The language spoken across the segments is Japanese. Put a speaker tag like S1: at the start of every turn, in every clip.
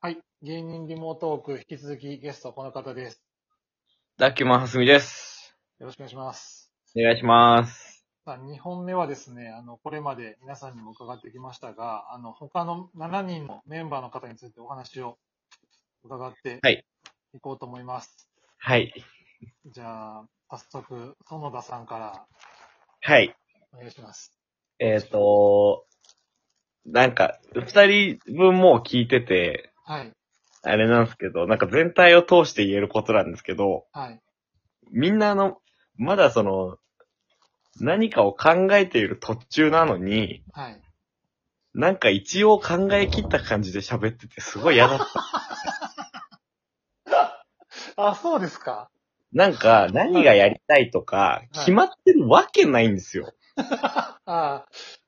S1: はい。芸人リモートーク、引き続きゲストこの方です。
S2: ダッキュマンハスミです。
S1: よろしくお願いします。
S2: お願いします。
S1: さあ、2本目はですね、あの、これまで皆さんにも伺ってきましたが、あの、他の7人のメンバーの方についてお話を伺って
S2: はい
S1: いこうと思います。
S2: はい。
S1: じゃあ、早速、園田さんから
S2: はい。
S1: お願いします。
S2: えっ、と、なんか、二人分もう聞いてて、
S1: はい。
S2: あれなんですけど、なんか全体を通して言えることなんですけど、
S1: はい。
S2: みんなあの、まだその、何かを考えている途中なのに、
S1: はい。
S2: なんか一応考え切った感じで喋っててすごい嫌だ った。
S1: あ、そうです か。
S2: なんか何がやりたいとか、決まってるわけないんですよ。
S1: ああ、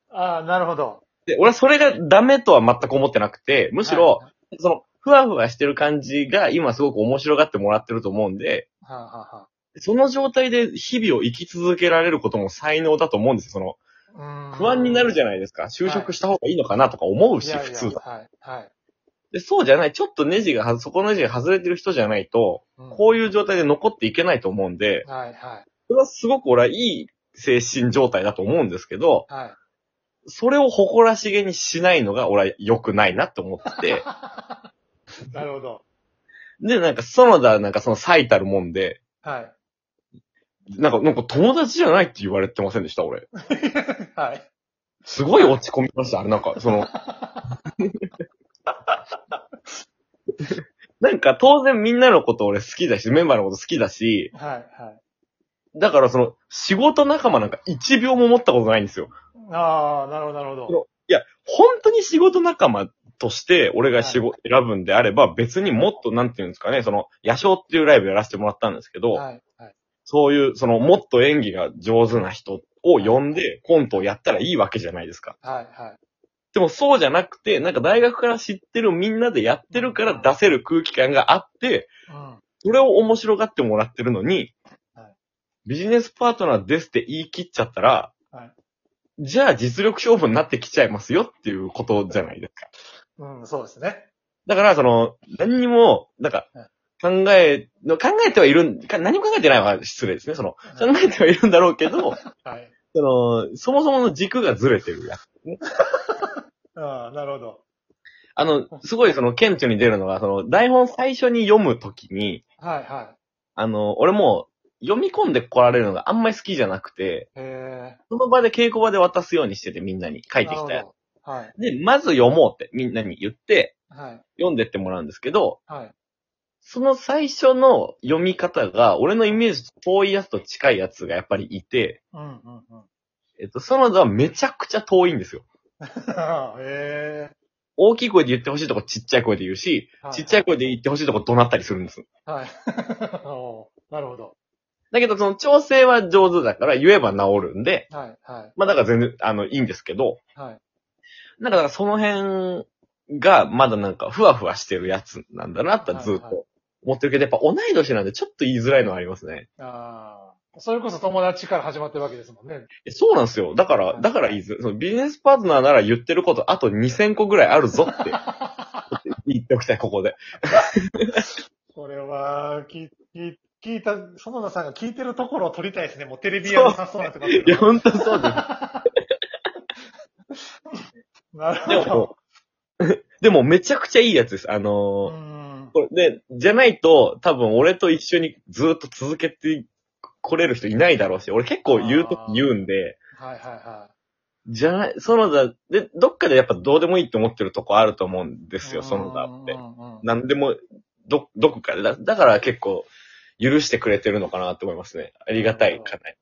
S1: ああ、なるほど。
S2: で、俺はそれがダメとは全く思ってなくて、むしろ、その、ふわふわしてる感じが今すごく面白がってもらってると思うんで、
S1: はい、はあ、はあ、は
S2: その状態で日々を生き続けられることも才能だと思うんですよ。その、
S1: あ、うーん
S2: 不安になるじゃないですか。就職した方がいいのかなとか思うし、普
S1: いや
S2: 通
S1: いや。はい。はい。
S2: で、そうじゃない。ちょっとネジがは、そこのネジが外れてる人じゃないと、こ
S1: う
S2: ういう状態で残っていけないと思うんで
S1: ん、、はい、はい。
S2: それはすごく俺はいい精神状態だと思うんですけど、
S1: はい。
S2: それを誇らしげにしないのが俺は良くないなと思ってて、
S1: なるほど。
S2: で、なんか、園田なんかその最たるもんで、
S1: はい。
S2: なんか、なんか友達じゃないって言われてませんでした、俺。
S1: はい。
S2: すごい落ち込みました、あれなんか、その。なんか、当然みんなのこと俺好きだし、メンバーのこと好きだし、
S1: はい。はい。
S2: だからその、仕事仲間なんか一秒も持ったことないんですよ。
S1: ああ、なるほど、なるほど。
S2: いや、本当に仕事仲間として、俺が仕事選ぶんであれば、別にもっと、なんていうんですかね、その、野鳥っていうライブやらせてもらったんですけど、
S1: はい。はい。
S2: そういう、その、もっと演技が上手な人を呼んで、コントをやったらいいわけじゃないですか。
S1: はい。はい。
S2: でもそうじゃなくて、なんか大学から知ってるみんなでやってるから出せる空気感があって、
S1: うん。
S2: それを面白がってもらってるのに
S1: はい、
S2: ビジネスパートナーですって言い切っちゃったら
S1: は、
S2: じゃあ実力勝負になってきちゃいますよっていうことじゃないですか。
S1: うん、そうですね。
S2: だから、その、何にも、なんか
S1: はい、
S2: 考えの、考えてはいるん、か何も考えてないは失礼ですね。その、考えてはいるんだろうけど、
S1: はい。
S2: その、そもそもの軸がずれてるやつ。
S1: ああ、なるほど。
S2: あの、すごいその、顕著に出るのが、その、台本最初に読むときに、
S1: はい。はい。
S2: あの、俺もう、読み込んで来られるのがあんまり好きじゃなくて、
S1: へえ。
S2: その場で稽古場で渡すようにしててみんなに書いてきた
S1: なる
S2: や
S1: ほどはい。
S2: つ。で、まず読もうってみんなに言って、
S1: はい。
S2: 読んでってもらうんですけど、
S1: はい。
S2: その最初の読み方が、俺のイメージと遠いやつと近いやつがやっぱりいて、
S1: うん、うん、うん。
S2: えっと、そののはめちゃくちゃ遠いんですよ。
S1: へえ。
S2: 大きい声で言ってほしいとこちっちゃい声で言うし、ちっちゃい声で言ってほしいとこ怒鳴ったりするんです。
S1: はい。 おーなるほど。
S2: だけど、その調整は上手だから言えば治るんで、
S1: はい。はい。
S2: まあだから全然、あの、いいんですけど、
S1: はい。
S2: なんかだからその辺がまだなんかふわふわしてるやつなんだなってずっ
S1: はいは
S2: と思ってるけど、やっぱ同い年なんでちょっと言いづらいのはありますね。
S1: ああ。それこそ友達から始まってるわけですもんね。
S2: えそうなんですよ。だから、だから言いづらい。そのビジネスパートナーなら言ってることあと2000個ぐらいあるぞって 言っておきたい、ここで。
S1: これは、聞聞聞いた、園田さんが聞いてるところを撮りたいですね。もうテレビ屋の発想なんてこと
S2: いや、ほんとそうです。
S1: なる
S2: で
S1: ほど。
S2: も、でもめちゃくちゃいいやつです。あ
S1: う
S2: のー
S1: ーん
S2: これで、じゃないと、多分俺と一緒にずっと続けてこれる人いないだろうし、俺結構言うとき言うんで、
S1: はいはいは
S2: じゃない、園田、で、どっかでやっぱどうでもいいって思ってるとこあると思うんで
S1: い。
S2: すよ、園田って
S1: う。んうんうん
S2: なんでも、ど、どこかで。だだから結構、許してくれてるのかなと思いますね。ありがたい、かなり。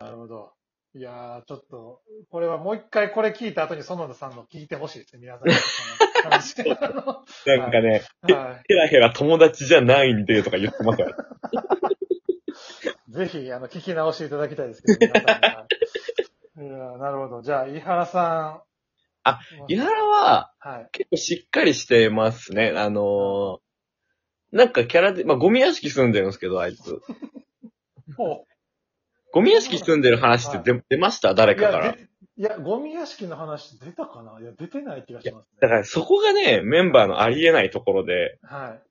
S1: なるほど。いやー、ちょっと、これはもう一回これ聞いた後に園田さんの聞いてほしいですね、皆さんに。 その話
S2: なんかね、
S1: は
S2: ヘラヘラ友達じゃないんで、とか言ってますよ。
S1: い。ぜひ、あの、聞き直していただきたいですけど、皆さんにはいやーなるほど。じゃあ、井原さん。
S2: あ、伊原は、
S1: はい。
S2: 結構しっかりしてますね。あのー、なんかキャラで、まあ、ゴミ屋敷住んでるんですけど、あいつ。
S1: お
S2: ゴミ屋敷住んでる話って出、出ました誰
S1: い
S2: かか
S1: や
S2: ら。
S1: でいや、ゴミ屋敷の話出たかないや、出てない気がします
S2: だ
S1: ね。
S2: からそこがね、メンバーのありえないところで、
S1: はい。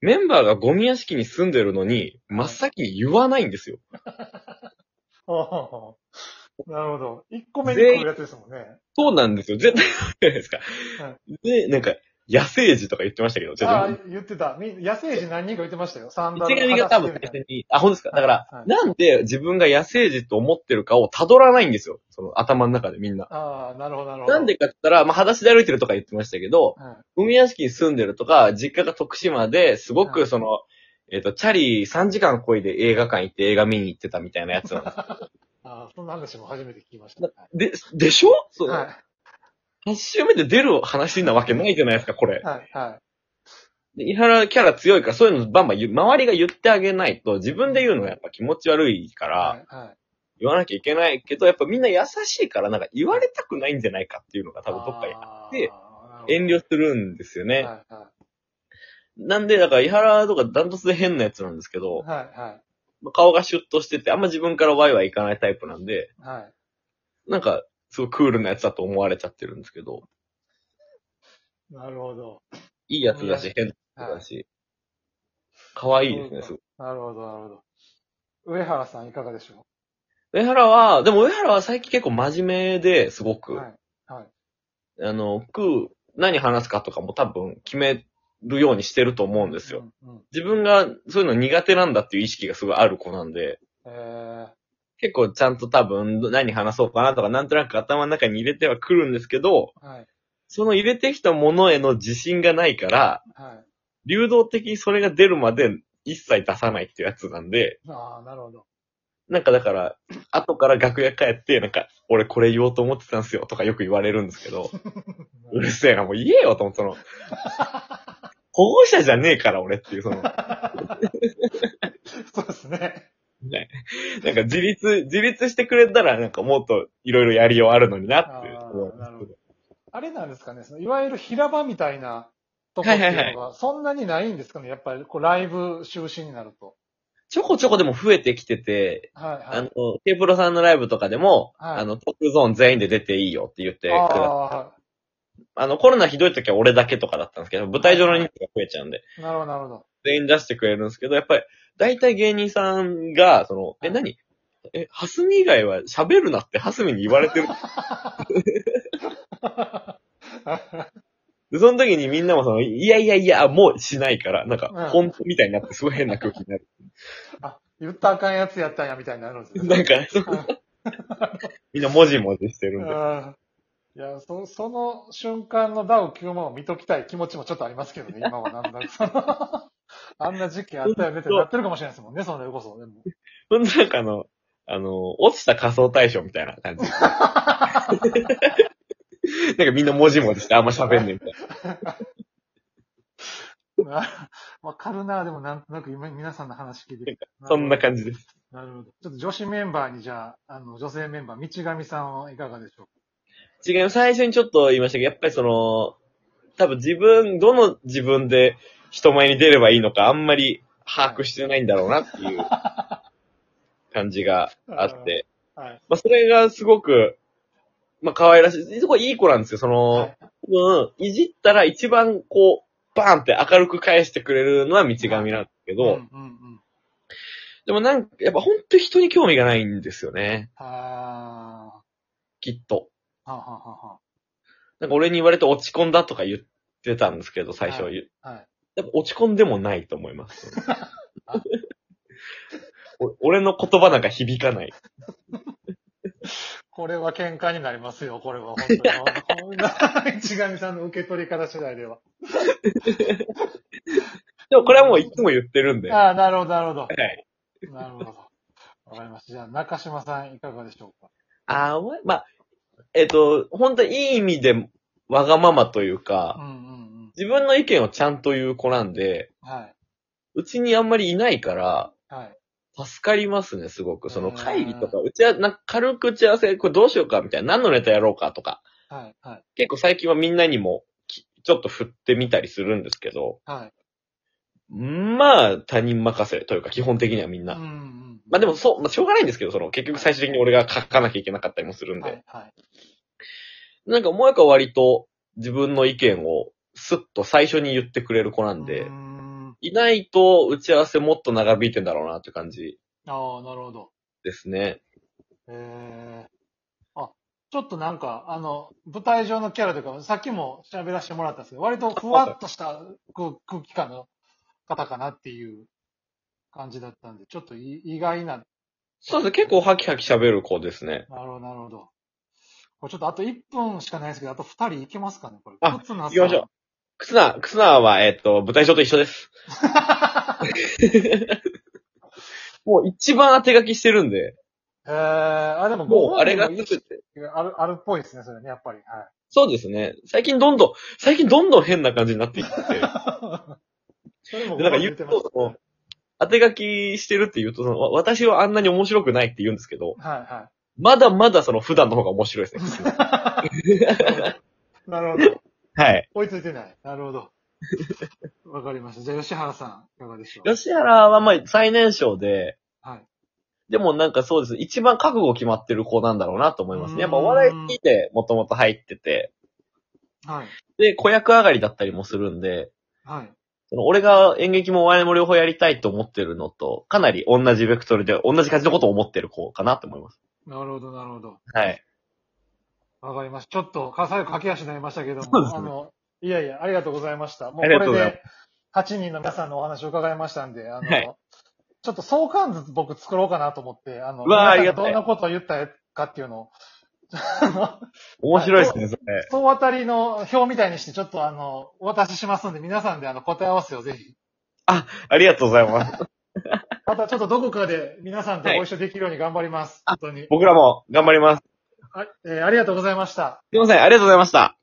S2: メンバーがゴミ屋敷に住んでるのに、真っ先に言わないんですよ。
S1: ほうほうほうなるほど。1個目に来るやつですもんね。
S2: そうなんですよ。絶対言わないですか。
S1: は
S2: で、なんか、野生児とか言ってましたけど、ちょっと
S1: ああ、言ってた。み野生児何人か言ってましたよ。サンダル
S2: 一神が多分
S1: 裸足
S2: 最
S1: で
S2: 初に、あ、本当ですか。だから、
S1: はいはい
S2: なんで自分が野生児と思ってるかを辿らないんですよ。その頭の中でみんな。
S1: ああ、なるほど、なるほど。
S2: なんでかって言ったら、まあ、裸足で歩いてるとか言ってましたけど、
S1: はい
S2: 海屋敷に住んでるとか、実家が徳島ですご
S1: は
S2: く
S1: い
S2: その、えっ、と、チャリ3時間こいで映画館行って映画見に行ってたみたいなやつなんです。
S1: ああ、そんな話も初めて聞きました。はい
S2: で、 でしょそう。
S1: は
S2: 8週目で出る話なわけないじゃないですか、これ
S1: い、。はい、はい。
S2: で、伊原キャラ強いから、そういうのバンバン言う、周りが言ってあげないと、自分で言うのはやっぱ気持ち悪いから、
S1: はいはい
S2: 言わなきゃいけないけど、やっぱみんな優しいから、なんか言われたくないんじゃないかっていうのが多分どっかにて
S1: あー
S2: 遠慮するんですよね。
S1: なるほど
S2: なんで、だから、伊原とかダントツで変なやつなんですけど、
S1: はい、はい、は
S2: まあ顔がシュッとしてて、あんま自分からワイワイいかないタイプなんで、
S1: い、はい。
S2: なんか、すごいクールなやつだと思われちゃってるんですけど、
S1: なるほど。
S2: いいやつだし、変なやつ
S1: は
S2: だし、可愛いですね、すごい。
S1: い、なるほど、なるほど。上原さんいかがでしょ
S2: 上原は、でも上原は最近結構真面目ですご
S1: う
S2: く、
S1: はい、はい。
S2: あの、僕、何話すかとかも多分決めるようにしてると思うんですよ。
S1: うん。うん
S2: 自分がそういうの苦手なんだっていう意識がすごいある子なんで、
S1: えー、
S2: 結構ちゃんと多分何話そうかなとかなんとなく頭の中に入れてはくるんですけど、
S1: はい、
S2: その入れてきたものへの自信がないから、
S1: はい。
S2: 流動的にそれが出るまで一切出さないっていうやつなんで、
S1: ああ、なるほど。
S2: なんかだから、後から楽屋帰って、なんか、俺これ言おうと思ってたんすよとかよく言われるんですけ ど、うるせえな、もう言えよと思って、その、保護者じゃねえから俺っていう、そ の、
S1: そうですね。
S2: なんか自立、自立してくれたら、なんかもっといろいろやりようあるのになって
S1: あ
S2: 思
S1: ー
S2: う
S1: なるほど。あれなんですかね、そのいわゆる平場みたいなとこっ
S2: は
S1: てい
S2: いうはい
S1: の
S2: はい
S1: が、そんなにないんですかね、やっぱりこうライブ中止になると。
S2: ちょこちょこでも増えてきてて、
S1: はい
S2: あ
S1: は
S2: の
S1: い。、
S2: ケープロさんのライブとかでも、
S1: はい
S2: あの、トップゾーン全員で出ていいよって言ってくれ
S1: あ
S2: あ
S1: あ、は
S2: の、コロナひどい時は俺だけとかだったんですけど、舞台上の人数が増えちゃうんで、
S1: い。なるほど、なるほど。
S2: 全員出してくれるんですけど、やっぱり、大体芸人さんが、その、え、何え、ハスミ以外は喋るなってハスミに言われて る。で、その時にみんなもその、いやいやいや、もうしないから、な
S1: う
S2: ん
S1: ん
S2: か、本当みたいになってすごい変な空気になる。
S1: あ、言ったらあかんやつやったんや、みたいになるんですね。
S2: なんか、そう みんなもじもじしてるんで。
S1: あーいや、そ、その瞬間のダウ9万を見ときたい気持ちもちょっとありますけどね、今はなんだそのあんな時期あったよねってなってるかもしれないですもんね、それこそ。でも
S2: ほんとなんかあの、あの、落ちた仮想対象みたいな 感じ。なんかみんなもじもじしてあんま喋んねえみたい
S1: あわかるな、でもなんとなく今皆さんの話聞いて。
S2: な。そんな感じです。
S1: なるほど。ちょっと女子メンバーにじゃあ、あの、女性メンバー、道上さんはいかがでしょう
S2: 違う、最初にちょっと言いましたけど、やっぱりその、多分自分、どの自分で人前に出ればいいのかあんまり把握してないんだろうなっ ていう感じがあって。
S1: かはい。
S2: まあ、それがすごく、まあ、可愛らしい。すごいいい子なんですよ。その、
S1: はい
S2: 多分いじったら一番こう、バーンって明るく返してくれるのは道上なんですけど、
S1: うんうんうん。
S2: でもなんか、やっぱ本当人に興味がないんですよね。
S1: あ
S2: きっと。
S1: ーはあ、はあは
S2: なんか俺に言われて落ち込んだとか言ってたんですけど、最初。
S1: は
S2: 言う
S1: あ、はい。
S2: やっぱ落ち込んでもないと思 います。お俺の言葉なんか響かない。
S1: これは喧嘩になりますよ、これは。本当に こんな。道上さんの受け取り方次第では。
S2: でもこれはもういつも言ってるんで。は
S1: ああ、なるほど、なるほど。
S2: い。
S1: なるほど。わかりました。じゃあ、中島さんいかがでしょうか
S2: あーお前まあ、えっ、と、本当にいい意味でわがままという
S1: うん
S2: か、
S1: うんうん。
S2: 自分の意見をちゃんと言う子なんで、
S1: はい。
S2: うちにあんまりいないから、
S1: はい。
S2: 助かりますね、すごく。その
S1: うん
S2: 会議とか、うちは、なんか軽く打ち合わせ、これどうしようか、みたいな、何のネタやろうかとか、
S1: はい。はい。
S2: 結構最近はみんなにもき、ちょっと振ってみたりするんですけど、
S1: はい。
S2: まあ、他人任せというか、基本的にはみんな。
S1: うんうん。
S2: まあでも、そう、まあしょうがないんですけど、その、結局最終的に俺が書かなきゃいけなかったりもするんで、
S1: はい。はい。
S2: なんか、萌香は割と自分の意見をスッと最初に言ってくれる子な
S1: う
S2: ん
S1: ー
S2: で、
S1: ん
S2: いないと打ち合わせもっと長引いてんだろうなって感じ
S1: ああ、なるほど。
S2: ですね。
S1: えー、あ、ちょっとなんか、あの、舞台上のキャラというか、さっきも喋らせてもらったんですけど、割とふわっとした空空気感の方かなっていう感じだったんで、ちょっとい意外な、
S2: そうですね、結構ハキハキ喋る子ですね。
S1: なるほど、なるほど。これちょっとあと1分しかないですけど、あと2人いけますかねこれ。
S2: あ
S1: 忽那さん
S2: 行き ましょう。クスナー、クスナーは、えっ、と、舞台上と一緒です。もう一番当て書きしてるんで、
S1: えー、あ、でも
S2: もう
S1: ご
S2: あ
S1: 本
S2: れ
S1: 人
S2: が
S1: も
S2: つ
S1: 意
S2: く
S1: 識
S2: て。
S1: がある、あるっぽいですね、それね、やっぱり。はい。
S2: そうですね。最近どんどん、最近どんどん変な感じになってい って。で、なんか
S1: それも
S2: 言うと、その当て書きしてるって言うとその、わ私はあんなに面白くないって言うんですけど、
S1: はいは
S2: まだまだその普段の方が面白いですね。
S1: い。なるほど。
S2: はい。
S1: 追いついてない。なるほど。 わかりました。じゃあ、吉原さん、いかがでしょう
S2: 吉原はまあ最年少で、
S1: はい。
S2: でもなんかそうです。一番覚悟決まってる子なんだろうなと思いますね。やっぱ
S1: うーん
S2: お笑い好きでもともと入ってて、
S1: はい。
S2: で、子役上がりだったりもするんで、
S1: はい。
S2: その俺が演劇もお笑いも両方やりたいと思ってるのと、かなり同じベクトルで同じ感じのことを思ってる子かなと思います。
S1: なるほど、なるほど。
S2: はい。
S1: わかりました。ちょっと、笠井駆け足になりましたけど
S2: そうです
S1: も、
S2: ね
S1: あの、いやいや、ありがとうございました。もうこ
S2: ありが
S1: れ
S2: とうございま
S1: で、8人の皆さんのお話を伺いましたんで、あの、
S2: はい
S1: ちょっと相関図僕作ろうかなと思って、あの、
S2: うわー
S1: 皆さんが
S2: あ
S1: ど
S2: り
S1: ん
S2: が
S1: なことを言ったかっていうのを、あの、
S2: 面白いですね、それ。
S1: 総当たりの表みたいにして、ちょっとあの、お渡ししますんで、皆さんであの、答え合わせをぜひ。
S2: ありがとうございます。
S1: またちょっとどこかで皆さんとご一緒できるように頑張ります。
S2: は
S1: 本当に。
S2: 僕らも頑張ります。
S1: はい、えーありがとうございました。
S2: すいません、ありがとうございました。